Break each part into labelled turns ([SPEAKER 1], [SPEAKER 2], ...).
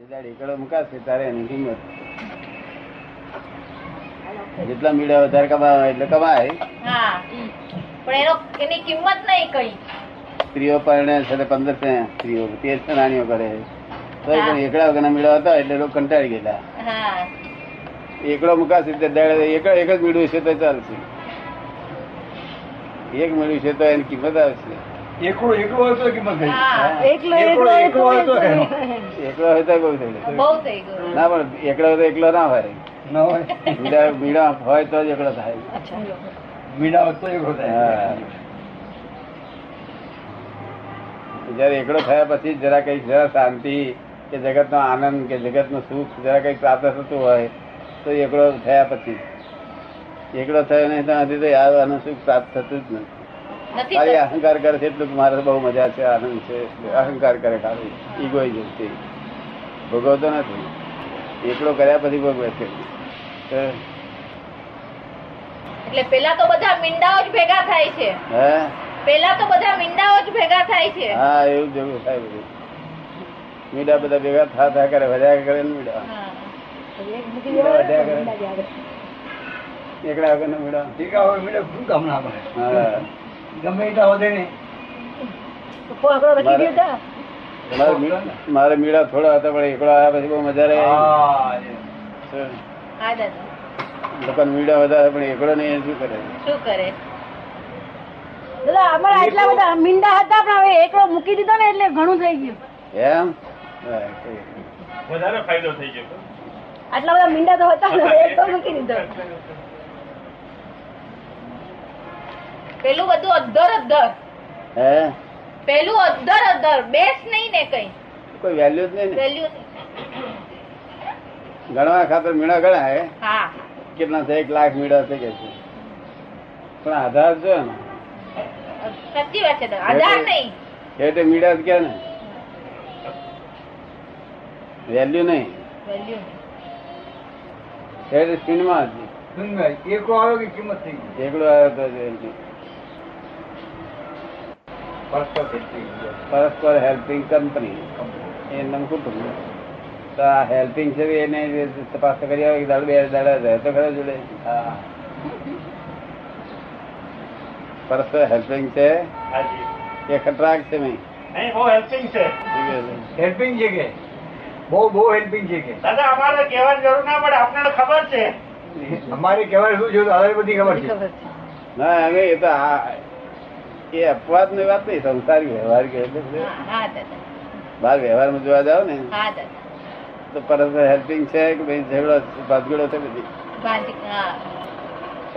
[SPEAKER 1] જે દાડે એકડો મુકાશે ત્યારે એની કિંમત જેટલા મીડા વધારે કમાવા એટલે કમાય
[SPEAKER 2] હા પણ એનો એની કિંમત નહીં કઈ
[SPEAKER 1] સ્ત્રીઓ પરણે છે તો પંદર છે સ્ત્રીઓ તેર છે રાણીઓ કરે તો પણ એકડા વગરના મીડા હતા એટલે લોકો કંટાળી ગયેલા
[SPEAKER 2] હા
[SPEAKER 1] એકડો મુકાશે તે દાડે એક એક જ મીડું છે તો ચાલશે એક મીડું છે તો એની કિંમત આવશે
[SPEAKER 3] એકલો એકલો હોય તો કિંમત થઈ
[SPEAKER 2] હા
[SPEAKER 4] એકલો
[SPEAKER 3] એકલો
[SPEAKER 4] એકલો
[SPEAKER 3] એકલો હોય તો એનો.
[SPEAKER 1] એકડો હોય તો બહુ થઈ જાય
[SPEAKER 2] બહુ થઈ ગયું
[SPEAKER 1] ના પણ એકડો હોય તો એકલો ના હોય
[SPEAKER 3] ન હોય
[SPEAKER 1] મીડા મીડા હોય તો જ એકડો થાય
[SPEAKER 3] મીડા વખતે એકલો થાય
[SPEAKER 1] હા. જયારે એકડો થયા પછી જરા કઈ જરા શાંતિ કે જગત નો આનંદ કે જગત નું સુખ જરા કઈ પ્રાપ્ત થતું હોય તો એકડો થયા પછી એકડો થયો નહીં ત્યાં સુધી તો યાર આનું સુખ પ્રાપ્ત થતું જ નથી
[SPEAKER 2] નથી
[SPEAKER 1] ખાલી
[SPEAKER 2] થતું.
[SPEAKER 1] અહંકાર કરે છે એટલું કે મારે બહુ મજા છે આનંદ છે અહંકાર કરે ખાલી ઈગોઇઝમ છે ભોગવતો નથી એકડો કર્યા પછી ભોગવે છે તો
[SPEAKER 2] એટલે પેલા તો બધા મીંડાઓ જ ભેગા થાય છે
[SPEAKER 1] હે
[SPEAKER 2] પેલા તો બધા મીંડાઓ જ ભેગા થાય છે
[SPEAKER 1] હા એવું જેવું થાય બધું મીડા બધા ભેગા થા થા કરે વધ્યા કરે ને મીડા
[SPEAKER 2] હા.
[SPEAKER 1] એકડા આગળ ના મીડા
[SPEAKER 3] ટીકા હોય મીડા શું કામ ના મળે
[SPEAKER 1] હા
[SPEAKER 3] ગમે એટલા વધે નહીં
[SPEAKER 1] મારે મી- મારે મીડા થોડા હતા પણ એકડો આવ્યા પછી બહુ મજા રહી
[SPEAKER 3] હા, એ.
[SPEAKER 2] હા દાદા
[SPEAKER 1] લોકો મીડા વધારે પણ એકડો નહીં શું કરે
[SPEAKER 2] શું કરે
[SPEAKER 4] દાદા અમારા આટલા બધા મીંડા હતા પણ હવે એકલો મૂકી દીધો ને એટલે ઘણું થઈ ગયું
[SPEAKER 1] એમ
[SPEAKER 5] વધારે ફાયદો થઈ ગયો
[SPEAKER 4] આટલા બધા મીંડા તો હતા ને હવે એકલો મૂકી દીધો
[SPEAKER 2] પેલું બધું અધર અધર
[SPEAKER 1] હે
[SPEAKER 2] પેલું અધર અધર બેસ નહીં ને કઈ
[SPEAKER 1] કોઈ વેલ્યુ જ નહીં ને
[SPEAKER 2] વેલ્યુ નહીં.
[SPEAKER 1] ગણવા ખાતર મીડા ગણાય
[SPEAKER 2] હા
[SPEAKER 1] કેટલા છે એક લાખ મીડા છે કે છે પણ આધાર છે ને
[SPEAKER 2] સાચી વાત છે દાદા આધાર નહીં
[SPEAKER 1] એટલે મીડા જ કે ને વેલ્યુ નહીં
[SPEAKER 2] વેલ્યુ નહીં
[SPEAKER 1] એટલે સ્પીડમાં જ
[SPEAKER 3] સુનભાઈ, એકલો આવ્યો કે કિંમત થઈ ગઈ
[SPEAKER 1] એકડો આવ્યો તો જ
[SPEAKER 3] પરસ્પર થઈ ગઈ.
[SPEAKER 1] પરસ્પર હેલ્પિંગ કંપની એ નામ કુટુંબ તો આ હેલ્પિંગ છે એ એને જે તપાસ તો કરી આવે કે દાડો બે દાડા રહેતો ખરો જોડે
[SPEAKER 3] હા.
[SPEAKER 1] પરસ્પર હેલ્પિંગ છે
[SPEAKER 5] હાજી
[SPEAKER 1] કે ખતરાક છે નહીં
[SPEAKER 5] નહીં બહુ હેલ્પિંગ છે
[SPEAKER 3] હેલ્પિંગ છે કે બહુ બહુ હેલ્પિંગ છે કે
[SPEAKER 5] દાદા અમારે કહેવાની જરૂર ના પડે આપણને ખબર છે
[SPEAKER 3] અમારે કહેવાય શું છે આધારે બધી ખબર છે
[SPEAKER 1] ના હવે એ તો આ એ અપવાદની વાત નહીં સંસારી વ્યવહાર કહે છે
[SPEAKER 2] હા હા દાદા
[SPEAKER 1] બહાર વ્યવહારમાં જોવા જાવ ને
[SPEAKER 2] હા દાદા
[SPEAKER 1] તો પરસ્પર હેલ્પિંગ છે કે ભાઈ ઝઘડો ભાતગડો છે બધી
[SPEAKER 2] ભાંજી હા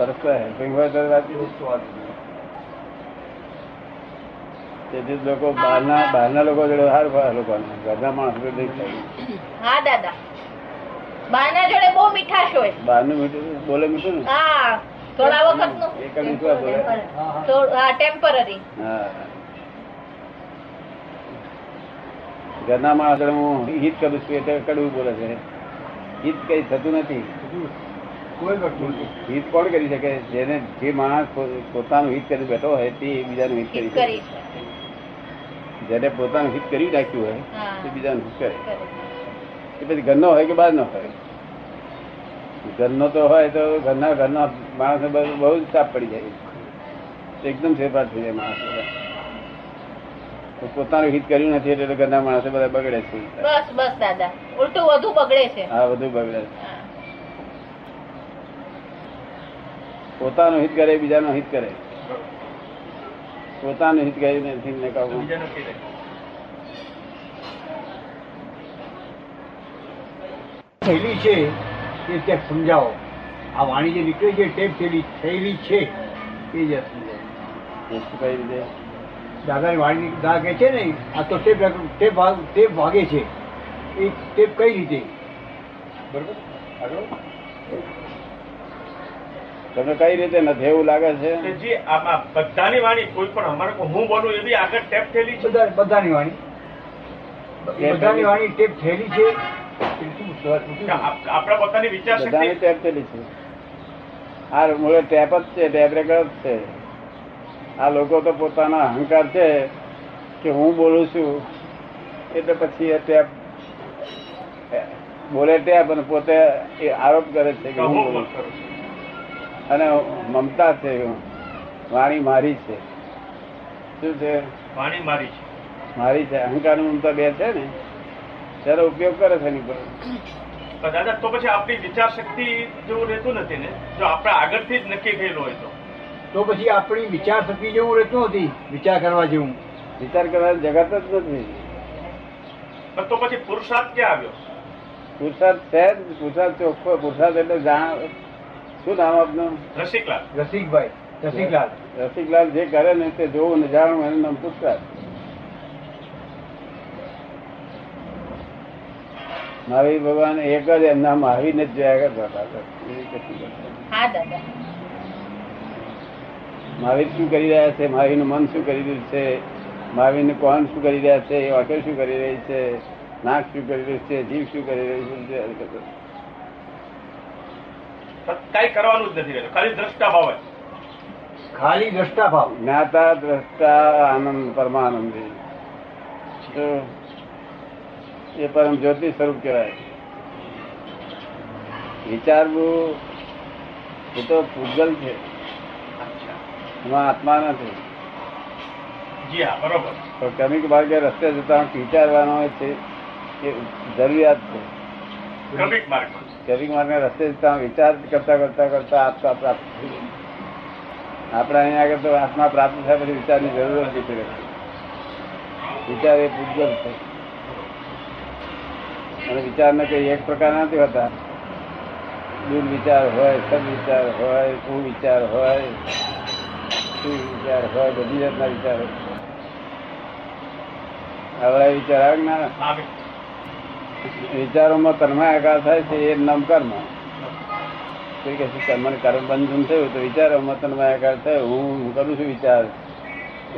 [SPEAKER 1] પરસ્પર હેલ્પિંગ હોય તો વાત
[SPEAKER 3] એવું જ વાત છે.
[SPEAKER 1] તેથી જ લોકો બહારના બહારના લોકો જોડે હાર ફાર લોકોને ઘરના માણસ જોડે નહીં થાય
[SPEAKER 2] હા દાદા બાના જોડે બહુ મીઠાશ હોય
[SPEAKER 1] બહારનું મીઠું બોલે મીઠું ને
[SPEAKER 2] હા થોડા વખત નું
[SPEAKER 1] એ કદી શું બોલે?
[SPEAKER 3] હા, હા.
[SPEAKER 2] હા ટેમ્પરરી
[SPEAKER 1] હા. ઘરના માણસ જોડે હું હિત કરું છું એટલે કડવું બોલે છે હિત કઈ થતું નથી
[SPEAKER 3] કોઈ વસ્તુ નથી.
[SPEAKER 1] હિત કોણ કરી શકે જેને જે માણસ પો- પોતાનું હિત કરી બેઠો હોય તે બીજાનું હિત કરી
[SPEAKER 2] ઠીક
[SPEAKER 1] શકે
[SPEAKER 2] કરી
[SPEAKER 1] જેને પોતાનું હિત કરી નાખ્યું હોય
[SPEAKER 2] હા.
[SPEAKER 1] તે બીજાનું હિત કરે એ પછી ઘરનો હોય કે બહારનો હોય ઘરનો તો હોય તો ઘરના ઘરના માણસ બહુ જ સાફ પડી જાય એકદમ ફેરફાર થઈ જાય માણસ બધા. પોતાનું હિત કર્યું નથી એટલે ઘરના માણસો બધા બગડે છે
[SPEAKER 2] બસ બસ દાદા ઉલટું વધુ બગડે છે
[SPEAKER 1] આ બધું બગડે છે
[SPEAKER 2] હા.
[SPEAKER 1] પોતાનું હિત કરે બીજાનું હિત કરે પોતાનું હિત કરી નથી ને કામ.
[SPEAKER 3] બીજાનું કહી દે. થયેલી છે એ ત્યાં સમજાવો આ વાણી જે નીકળે છે ટેપ થયેલી થયેલી છે એ જ સમજાવો
[SPEAKER 1] એ શું કઈ રીતે
[SPEAKER 3] દાદાની વાણી દા કે છે ને આ તો ટેપ રાખ- ટેપ ભાગ ટેપ ભાગે છે એ ટેપ કઈ રીતે બરોબર
[SPEAKER 1] તમને કઈ રીતે નથી એવું લાગે છે
[SPEAKER 5] જી આમાં બધાની વાણી કોઈ પણ અમારે કોઈ હું બોલું એ બી આગળ ટેપ થયેલી છે
[SPEAKER 3] બધા બધાની વાણી
[SPEAKER 1] થયેલી.
[SPEAKER 3] બધાની વાણી ટેપ થયેલી છે એ શું સવાલ
[SPEAKER 5] કે
[SPEAKER 3] પૂછ્યું?
[SPEAKER 5] આપ- આપણા પોતાની વિચાર
[SPEAKER 1] બધાની
[SPEAKER 5] શક્તિ
[SPEAKER 1] ટેપ ચડી છે આ મૂળ ટેપ જ છે ટેપ રેકર્ડ જ છે આ લોકો તો પોતાના અહંકાર છે કે હું બોલું છું એટલે પછી એ ટેપ બોલે ટેપ અને પોતે એ આરોપ કરે છે કે
[SPEAKER 5] તો
[SPEAKER 1] હું
[SPEAKER 5] હું
[SPEAKER 1] બોલું
[SPEAKER 5] પણ કરું છું.
[SPEAKER 1] છું. અને મમતા છે વાણી મારી છે શું છે
[SPEAKER 5] વાણી મારી છે
[SPEAKER 1] મારી છે અહંકાર ની મમતા બે છે ને ત્યારે ઉપયોગ કરે છે એની પર
[SPEAKER 5] પણ દાદા તો પછી આપણી વિચાર શક્તિ જેવું રહેતું નથી ને જો આપણે આગળથી જ નક્કી થયેલું હોય તો
[SPEAKER 3] તો પછી આપણી વિચાર શક્તિ જેવું રહેતું નથી વિચાર કરવા જેવું
[SPEAKER 1] વિચાર કરવા જગત જ નથી
[SPEAKER 5] પણ તો પછી પુરુષાર્થ ક્યાં આવ્યો
[SPEAKER 1] પુરુષાર્થ છે જ પુરુષાર્થ ચોખ્ખો પુરુષાર્થ એટલે જાણ શું નામ આપનું
[SPEAKER 5] રસિકલાલ
[SPEAKER 3] રસિકભાઈ રસિકલાલ
[SPEAKER 1] રસિકલાલ જે કરે ને તે જોવું ને જાણવું એનું નામ પુરસ્કાર મહાવીર ભગવાન એક જ એમના મહાવીરને જ જોયા કરતા હતા. બીજું કશું કરતા નહીં.
[SPEAKER 2] હા દાદા
[SPEAKER 1] મહાવીર શું કરી રહ્યા છે મહાવીરનું મન શું કરી રહ્યું છે મહાવીરને કોણ શું કરી રહ્યા છે એ વાક્ય શું કરી રહી છે નાક શું કરી રહ્યું છે જીવ શું કરી રહ્યું છે બધું જોયા કરતા.
[SPEAKER 5] કઈ કરવાનું જ નથી રહેતું ખાલી દ્રષ્ટા ભાવે
[SPEAKER 3] ખાલી દ્રષ્ટા ભાવ
[SPEAKER 1] જ્ઞાતા દ્રષ્ટા આનંદ પરમાનંદી તો એ પરમ જ્યોતિ સ્વરૂપ કહેવાય વિચારવું એ તો પૂગલ છે
[SPEAKER 5] અચ્છા
[SPEAKER 1] એમાં આત્મા નથી
[SPEAKER 5] જી હા બરોબર
[SPEAKER 1] તો ક્રમિક માર્ગે રસ્તે જતા વિચારવાનો છે એ જરૂરિયાત છે
[SPEAKER 5] ક્રમિક માર્ગમાં
[SPEAKER 1] ક્રમિક માર્ગે રસ્તે જતા વિચાર કરતા કરતા કરતા આત્મા પ્રાપ્ત થઈ જાય. આપણે અહીંયા આગળ તો આત્મા પ્રાપ્ત થાય પછી વિચારની જરૂર જ નથી રહેતી. વિચાર એ પૂજ્ય છે અને વિચારને કઈ એક પ્રકાર નથી હોતા દૂર વિચાર હોય સદ વિચાર હોય કુ વિચાર હોય શું વિચાર હોય બધી જાતના વિચાર હોય આવડા વિચાર આવે કે ના
[SPEAKER 5] આમે
[SPEAKER 1] વિચારોમાં કર્માયાકાર થાય છે એ નામ કર્મ કોઈ કહે છે કર્મ કર્મ બંધન થયું તો વિચારોમાં કર્માયાકાર થયો હું હું કરું છું વિચાર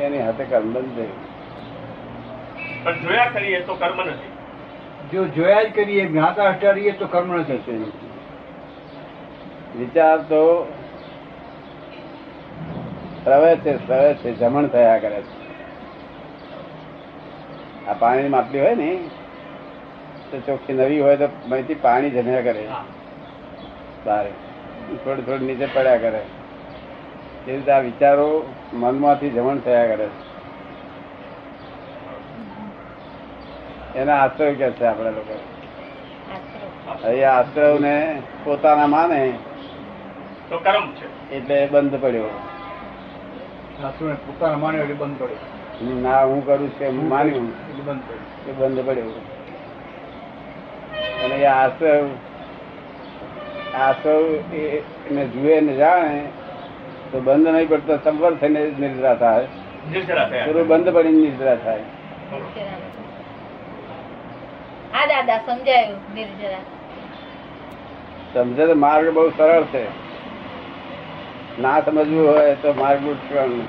[SPEAKER 1] એની હાથે કર્મ બંધ થયું
[SPEAKER 5] પણ જોયા કરીએ તો કર્મ નથી
[SPEAKER 3] જો જોયા જ કરીએ જ્ઞાતા અષ્ટારીએ તો કર્મ નથી
[SPEAKER 1] કશું નહીં. વિચાર તો પ્રવે છે પ્રવે છે જમણ થયા કરે છે આ પાણીની માટલી હોય ને તો ચોખ્ખી નવી હોય તો અહીંથી પાણી જમ્યા કરે
[SPEAKER 5] હા
[SPEAKER 1] તારે થોડું થોડું નીચે પડ્યા કરે એ રીતે આ વિચારો મનમાંથી જમણ થયા કરે છે એના આશ્રય કે છે આપણે લોકો હવે એ આશ્રયને પોતાના માને
[SPEAKER 5] તો કર્મ છે
[SPEAKER 1] એટલે એ બંધ પડ્યો
[SPEAKER 3] શાસ્ત્રોને પોતાના માને એટલે બંધ પડે
[SPEAKER 1] ના હું કરું છે હું માન્યું
[SPEAKER 3] એટલે બંધ
[SPEAKER 1] એ
[SPEAKER 3] પડે
[SPEAKER 1] બંધ પડ્યો અને એ આશ્રવ આશ્રવ એ- એને જુએ ને જાણે તો બંધ નહીં પડતો સંપર્ક થઈને જ નિદ્રા થાય
[SPEAKER 5] નિર્જરા
[SPEAKER 1] પૂરું
[SPEAKER 5] થયા
[SPEAKER 1] બંધ પડીને નિદ્રા થાય
[SPEAKER 2] હા દાદા સમજાયું નિર્જરા
[SPEAKER 1] સમજે તો માર્ગ બહુ સરળ છે ના સમજવું હોય તો માર્ગ ઉઠવાનું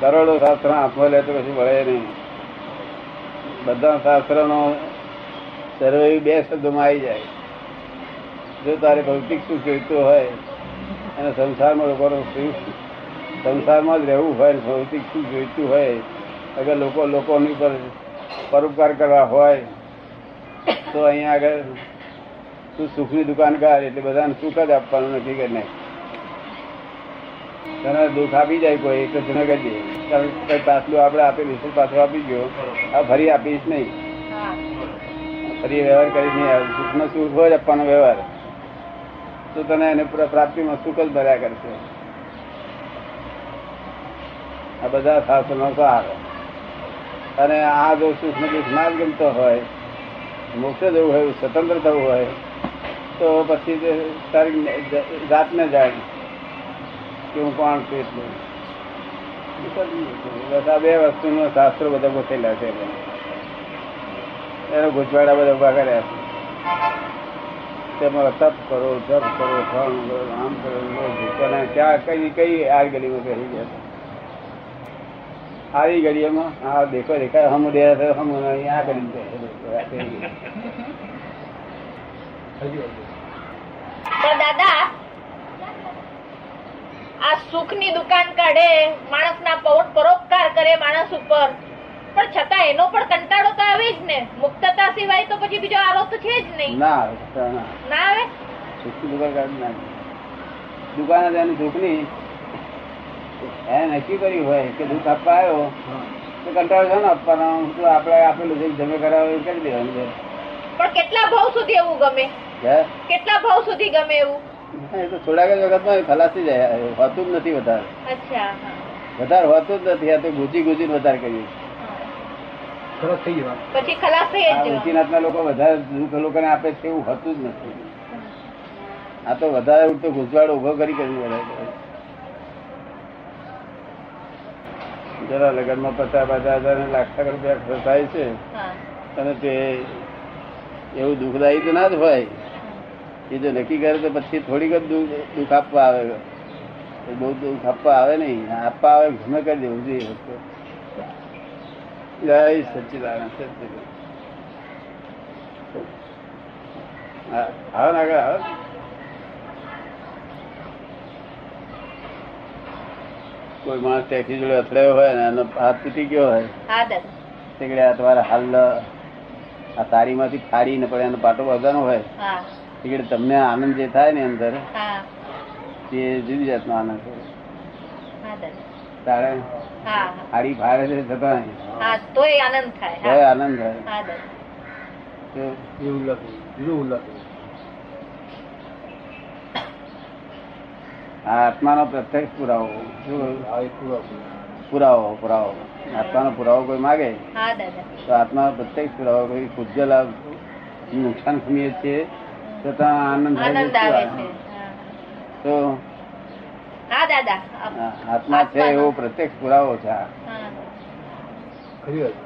[SPEAKER 1] સરળો શાસ્ત્ર હાથમાં લે તો કશું વળે નહીં બધા શાસ્ત્રનો સર્વે બે શબ્દોમાં આવી જાય જો તારે ભૌતિક સુખ જોઈતું હોય અને સંસારમાં લોકોનો સુખ સંસારમાં જ રહેવું હોય ને ભૌતિક સુખ જોઈતું હોય અગર લોકો લોકોની પર પરોપકાર કરવા હોય તો અહીંયા આગળ તું સુખની દુકાન કર એટલે બધાને સુખ જ આપવાનું નથી કે નહીં તને દુઃખ આપી જાય કોઈ તો તને કહી દે તારે કઈ પાછલું આપણે આપેલું છે પાછું આપી ગયો આ ફરી આપીશ નહીં
[SPEAKER 2] હા
[SPEAKER 1] ફરી વ્યવહાર કરી નહીં આવે સુખનો સુખ જ આપવાનો વ્યવહાર તો તને એને પૂરા પ્રાપ્તિમાં સુખ જ ભર્યા કરશે આ બધા શાસ્ત્રનો સાર અને આ જો સુખનો દુઃખ ના જ ગમતો હોય મોક્ષ જવું હોય સ્વતંત્ર થવું હોય તો પછી તે તારી ને- જાતને જાણ કે હું કોણ છું એટલું બસ આ બે વસ્તુનો શાસ્ત્રો બધા ગોઠેલા છે એટલે એનો ગુજવાડા બધા ઉભા કર્યા છે તેમાં તપ કરો જપ કરો ફળ કરો આમ કરો લો, ભૂકોને ક્યાં કઈ કઈ આ ગલીમાં કહી ગયા છે. આવી ગલીમાં હા દેખો દેખાય હમ ડેરા થયો હમ નહીં, આ ગલીમાં કહે છે. કહી ગયા.
[SPEAKER 3] હજી વાત.
[SPEAKER 2] પણ દાદા આ સુખની દુકાન કાઢે માણસના પૌ- પરોપકાર કરે માણસ ઉપર પણ છતાં એનો પણ કંટાળો તો આવે જ ને મુક્તતા સિવાય તો પછી બીજો આરોપ તો છે જ નહીં
[SPEAKER 1] ના આવે, તો ના
[SPEAKER 2] ના આવે
[SPEAKER 1] છૂટકી દુકાન કાઢી નાખી. દુકાને તેની છોકરી એને નક્કી કર્યું હોય કે દૂધ આપવા આવ્યો તો કંટાળો છે ને આપવાનો તો આપણે આપેલું છે જમે કરાવો એ કરી દેવાનું છે
[SPEAKER 2] પણ કેટલા ભાવ સુધી એવું ગમે
[SPEAKER 1] હે?
[SPEAKER 2] કેટલા ભાવ સુધી ગમે એવું
[SPEAKER 1] હા, એ તો થોડાક જ વખતમાં એ ખલાસી જાય હોતું જ નથી વધારે
[SPEAKER 2] અચ્છા હા.
[SPEAKER 1] વધારે હોતું જ નથી આ તો ગુજી ગુજીને વધારે કરીએ
[SPEAKER 3] સરસ થઈ જવા
[SPEAKER 2] પછી ખલાસ થઈ
[SPEAKER 1] આ
[SPEAKER 2] જ
[SPEAKER 1] ઊંચી
[SPEAKER 2] જવાનું.
[SPEAKER 1] નાતના લોકો વધારે દુઃખ લોકોને આપે છે એવું હોતું જ નથી આ તો વધારે ઉડતો ગુજવાડો ઉભો કરી કરી વળે. જરા લગ્નમાં પચાસ પચાસ હજાર ને લાખ લાખ રૂપિયા ખર્ચ થાય છે
[SPEAKER 2] હા.
[SPEAKER 1] અને તે એવું દુઃખદાયી તો ના જ હોય એ જો નક્કી કરે તો પછી થોડીક જ દુઃખ- દુઃખ આપવા આવે એ બહુ દુઃખ આપવા આવે નહીં આપવા આવે ગમે કરી દેવું જોઈએ જય સચ્ચિદાનંદ સચ્ચિદાનંદ હા, આવો ને આગળ આવો કોઈ માણસ ટેક્સી જોડે અથડાયો હોય ને એનો હાથ તૂટી ગયો હોય
[SPEAKER 2] હા દાદા
[SPEAKER 1] નીકળે આ તમારે હાલ આ તારીમાંથી ફાડીને પડે એનો પાટો બાંધવાનો હોય
[SPEAKER 2] હા
[SPEAKER 1] નીકળે તમને આનંદ જે થાય ને અંદર
[SPEAKER 2] હા
[SPEAKER 1] તે જુદી જાતનો આનંદ છે
[SPEAKER 2] હા દાદા
[SPEAKER 1] તારે
[SPEAKER 2] હા હા.
[SPEAKER 1] ફાડી ફાડે છે છતાં
[SPEAKER 2] હા તોય આનંદ થાય
[SPEAKER 1] તોય
[SPEAKER 2] હા
[SPEAKER 1] આનંદ થાય
[SPEAKER 2] હા દાદા
[SPEAKER 1] તો
[SPEAKER 3] એ ઉલ્લાસ બીજો ઉલ્લાસ
[SPEAKER 1] આ આત્માનો પ્રત્યક્ષ પુરાવો શું કહ્યું?
[SPEAKER 3] હા એ પૂરા પૂરા
[SPEAKER 1] પુરાવો પુરાવો આત્માનો પુરાવો કોઈ માગે
[SPEAKER 2] હા દાદા
[SPEAKER 1] તો આત્માનો પ્રત્યક્ષ પુરાવો કોઈ પૂજ્ય લાભ નુકસાન ખમીએ છીએ છતાં આનંદ થાય
[SPEAKER 2] આનંદ
[SPEAKER 1] છે.
[SPEAKER 2] આવે છે હા.
[SPEAKER 1] તો
[SPEAKER 2] હા દાદા આપ-
[SPEAKER 1] આ આત્મા છે એવો પ્રત્યક્ષ પુરાવો છે આ
[SPEAKER 2] હા
[SPEAKER 3] ખરી વાત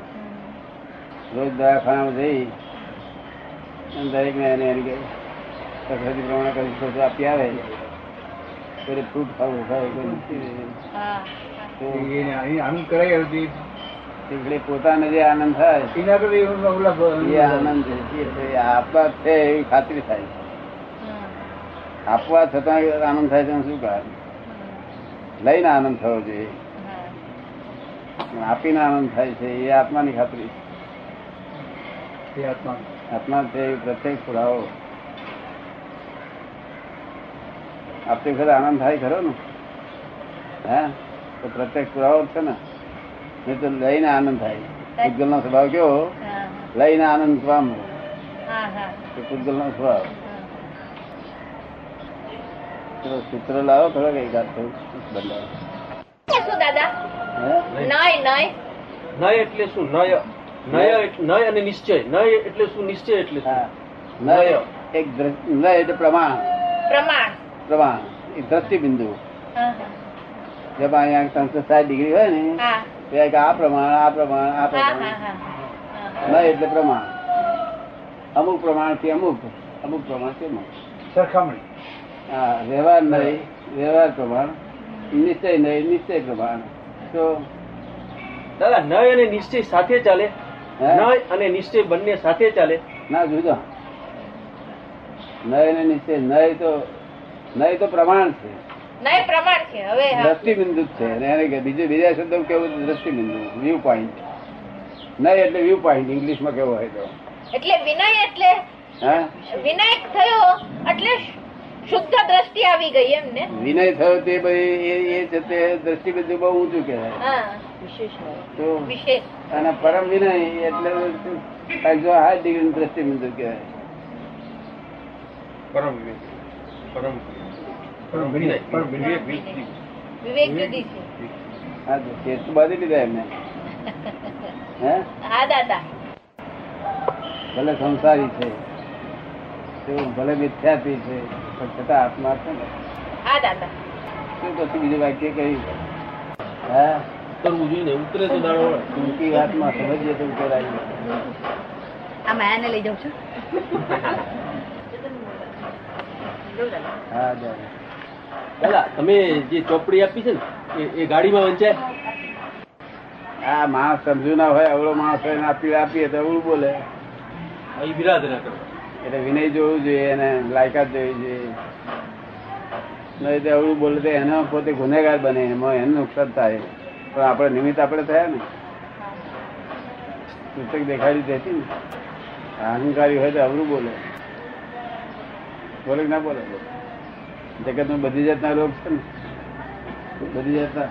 [SPEAKER 1] રોજ દવાખાનામાં જઈ અને દરેકને એને એની કઈ પ્રકૃતિ પ્રમાણે કઈ ખોટું આપી આવે કોઈ ફ્રૂટ ખાવું હોય કોઈ નથી.
[SPEAKER 2] હા
[SPEAKER 1] તો
[SPEAKER 3] એને અહીં આનંદ કરાય આવે
[SPEAKER 1] એટલે પોતાને જે આનંદ થાય
[SPEAKER 3] તો એના કરતા એ ઉલ્લાસ
[SPEAKER 1] એ આનંદ છે. એ આપવા છે એવી ખાતરી થાય
[SPEAKER 2] હા.
[SPEAKER 1] આપવા છતાં આનંદ થાય છે એનું શું કારણ લઈને આનંદ થવો જોઈએ
[SPEAKER 2] હા.
[SPEAKER 1] પણ આપીને આનંદ થાય છે એ આત્માની ખાતરી
[SPEAKER 3] એ આત્મા
[SPEAKER 1] આત્મા છે એ પ્રત્યક્ષ પુરાવો આપતી વખતે આનંદ થાય ખરો ને હે તો પ્રત્યક્ષ પુરાવો જ છે ને નહીં તો લઈને આનંદ થાય પૂતગલ નો સ્વભાવ કેવો
[SPEAKER 2] હા.
[SPEAKER 1] લઈને આનંદ પામવો
[SPEAKER 2] હા હા
[SPEAKER 1] એ પૂતગલ નો સ્વભાવ
[SPEAKER 2] હા.
[SPEAKER 1] ચલો સૂત્ર લાવો ખરો કઈ ગાત થયું બદલાવ
[SPEAKER 2] એ શું દાદા
[SPEAKER 1] હે
[SPEAKER 2] નય નય
[SPEAKER 6] નય એટલે શું નય નય એટ- નય અને નિશ્ચય નય એટલે શું નિશ્ચય એટલે શું
[SPEAKER 1] હા નય એક દ્રષ્ટિ નય એટલે પ્રમાણ
[SPEAKER 2] પ્રમાણ
[SPEAKER 1] પ્રમાણ એ દ્રષ્ટિબિંદુ
[SPEAKER 2] હા હા.
[SPEAKER 1] જેમાં અહીંયા ત્રણસો સાઠ ડિગ્રી હોય ને
[SPEAKER 2] હા
[SPEAKER 1] ત્યાં કે આ પ્રમાણ આ પ્રમાણ આ
[SPEAKER 2] હા
[SPEAKER 1] પ્રમાણ
[SPEAKER 2] હા હા હા.
[SPEAKER 1] ન એટલે પ્રમાણ અમુક પ્રમાણ થી અમુક અમુક પ્રમાણ થી અમુક
[SPEAKER 3] સરખામણી
[SPEAKER 1] હા વ્યવહાર નહીં વ્યવહાર પ્રમાણ નિશ્ચય નહીં નિશ્ચય પ્રમાણ તો
[SPEAKER 6] દાદા નય અને નિશ્ચય સાથે ચાલે
[SPEAKER 1] હે?
[SPEAKER 6] નય અને નિશ્ચય બંને સાથે ચાલે
[SPEAKER 1] ના જુદો નય ને નિશ્ચય નય તો નય તો પ્રમાણ છે
[SPEAKER 2] નય પ્રમાણ છે હવે હા
[SPEAKER 1] દ્રષ્ટિબિંદુ જ છે અને એને કે- બીજું બીજા શબ્દ કેવું દ્રષ્ટિબિંદુ વ્યૂ પોઈન્ટ નય એટલે વ્યૂ પોઈન્ટ ઇંગ્લિશમાં કેવો હોય તો
[SPEAKER 2] એટલે વિનય એટલે
[SPEAKER 1] હા
[SPEAKER 2] વિનાયક થયો એટલે શુદ્ધ દ્રષ્ટિ આવી ગઈ એમ ને
[SPEAKER 1] વિનય થયો તે બધી એ- એ છે તે દ્રષ્ટિબિંદુ બહુ ઊંચું કહેવાય
[SPEAKER 2] હા
[SPEAKER 1] તો
[SPEAKER 2] વિશેષ
[SPEAKER 1] અને પરમ વિનય એટલે જો હાઈ ડિગ્રી દ્રષ્ટિબિંદુ કહેવાય
[SPEAKER 6] પરમ વિવેક પરમ
[SPEAKER 3] પરમ વિનય પરમ વિનય
[SPEAKER 2] વિવેક જુદી છે
[SPEAKER 1] આ કેસ તો બાંધી લીધા એમને હે
[SPEAKER 2] હા દાદા
[SPEAKER 1] ભલે સંસારી છે તેઓ ભલે મિથ્યાથી છે પણ છતાં આત્મા છે ને
[SPEAKER 2] હા દાદા
[SPEAKER 1] શું પછી બીજું વાક્ય કહ્યું હા
[SPEAKER 6] કરવું જોઈએ ને ઉતરે તો દાડો વળે.
[SPEAKER 1] ટૂંકી વાતમાં સમજીએ તો ઉકેલાઈ જાય.
[SPEAKER 4] આ માયાને લઈ જાઉં છું
[SPEAKER 1] હા જાય
[SPEAKER 6] દાદા તમે જે ચોપડી આપી છે ને એ- એ ગાડીમાં વંચાય
[SPEAKER 1] આ માણસ સમજુ ના હોય અવળો માણસ હોય ને આપી આપીએ તો અવળું બોલે
[SPEAKER 6] હા, એ વિરાધના કરો
[SPEAKER 1] એટલે વિનય જોવું જોઈએ અને લાયકાત જોવી જોઈએ નહીં તો અવળું બોલે તો એનો પોતે ગુનેગાર બને એમાં એનું નુકસાન થાય પણ આપણે નિમિત્ત આપણે થયા ને સૂચક દેખાડી દેતી ને અહંકારી હોય તો અવરું બોલે બોલે કે ના બોલે જગત માં બધી જાતના રોગ છે ને બધી જાતના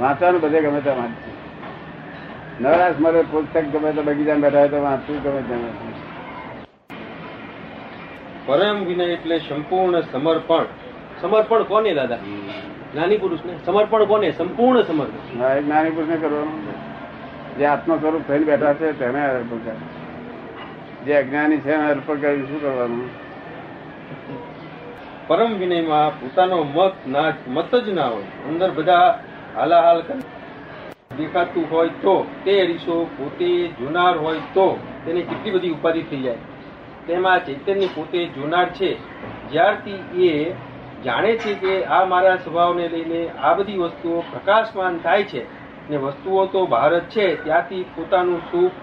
[SPEAKER 1] વાંચવાનું બધે ગમે ત્યાં વાંચે નવરાશ મારે પુસ્તક ગમે તો બગીચામાં બેઠા હોય તો વાંચવું ગમે ત્યાં વાંચવું
[SPEAKER 6] પરમ વિનય એટલે સંપૂર્ણ સમર્પણ સમર્પણ કોને દાદા જ્ઞાની પુરુષને સમર્પણ કોને સંપૂર્ણ સમર્પણ
[SPEAKER 1] હા, એ જ્ઞાની પુરુષને કરવાનું જે આત્મ સ્વરૂપ થઈને બેઠા છે તેને અર્પણ કરે જે અજ્ઞાની છે એને અર્પણ કરી શું કરવાનું
[SPEAKER 6] પરમ વિનયમાં પોતાનો મત ના મત જ ના હોય અંદર બધા હાલાહાલ કરે દેખાતું હોય તો તે અરીસો પોતે જોનાર હોય તો તેને કેટલી બધી ઉપાધિ થઈ જાય તેમાં ચૈતન્ય પોતે જોનાર છે જ્યારથી એ જાણે છે કે આ મારા સ્વભાવને લઈને આ બધી વસ્તુઓ પ્રકાશમાન થાય છે ને વસ્તુઓ તો બહાર જ છે ત્યાંથી પોતાનું સુખ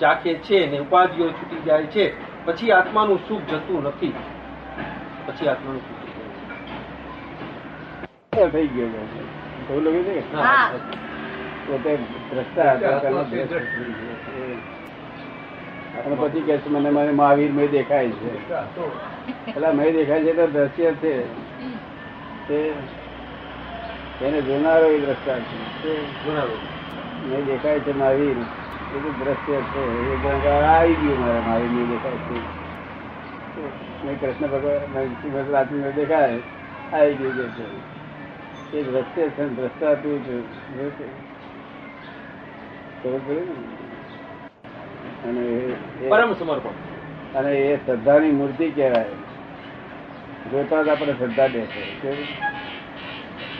[SPEAKER 6] ચાખે છે ને ઉપાધિઓ છૂટી જાય છે પછી આત્માનું સુખ જતું નથી પછી આત્માનું સુખ જતું નથી.
[SPEAKER 1] એ થઈ ગયો એવું લાગે છે કે
[SPEAKER 2] હા
[SPEAKER 1] પોતે દ્રષ્ટા હતા તેનો દ્રષ્ટ થઈ ગયો. અને પછી કહે છે મને મને મહાવીર મય દેખાય છે એટલે મય દેખાય છે તો દ્રશ્ય છે તે એને જોનારો એ દ્રષ્ટા છે તે
[SPEAKER 6] બરાબર
[SPEAKER 1] મેં દેખાય છે મહાવીર એ તો દ્રશ્ય છે એ ગંગા આવી ગયું મારા મહાવીર મેં દેખાય છે મેં કૃષ્ણ ભગવાન મેં શ્રીમદ રાત્રિ મેં દેખાય આવી ગયું કે છે એ દ્રશ્ય છે ને દ્રષ્ટા તું છે ખબર પડી ને? અને એ-
[SPEAKER 6] પરમ સમર્પણ
[SPEAKER 1] અને એ શ્રદ્ધાની મૂર્તિ કહેવાય જોતા જ આપણે શ્રદ્ધા બેસે કેવું?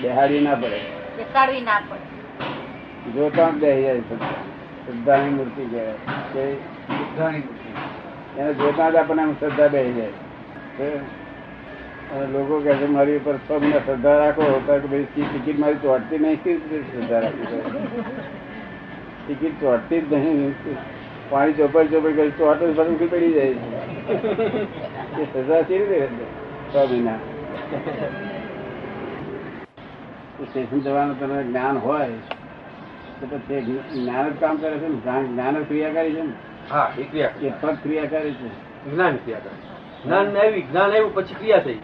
[SPEAKER 1] બેહાડી ના પડે
[SPEAKER 2] બેસાડવી ના પડે
[SPEAKER 1] જોતા જ બેસી જાય શ્રદ્ધા શ્રદ્ધાની મૂર્તિ કહેવાય કે એને જોતા જ આપણને આમ શ્રદ્ધા બેસી જાય કે અને લોકો કહે છે મારી ઉપર સૌને શ્રદ્ધા રાખો કારણ કે ભાઈ ટિકિટ મારી ચોટતી નહીં કેવી રીતે શ્રદ્ધા રાખી ટિકિટ ચોટતી જ નહીં પાણી ચોપાઈ ચોપાઈ કરી ચોટ જ બધું ઊંઘી પડી જાય છે એ શ્રદ્ધા કેવી રીતે રહેશે? છ મહિના તો સ્ટેશન જવાનું તમને જ્ઞાન હોય તો પછી જ્ઞાન જ કામ કરે છે ને જ્ઞાન- જ્ઞાન જ ક્રિયાકારી છે ને
[SPEAKER 6] હા એ ક્રિયા
[SPEAKER 1] એ પગ ક્રિયાકારી છે
[SPEAKER 6] જ્ઞાન ક્રિયા કરે જ્ઞાન આવી જ્ઞાન આવ્યું પછી ક્રિયા થઈ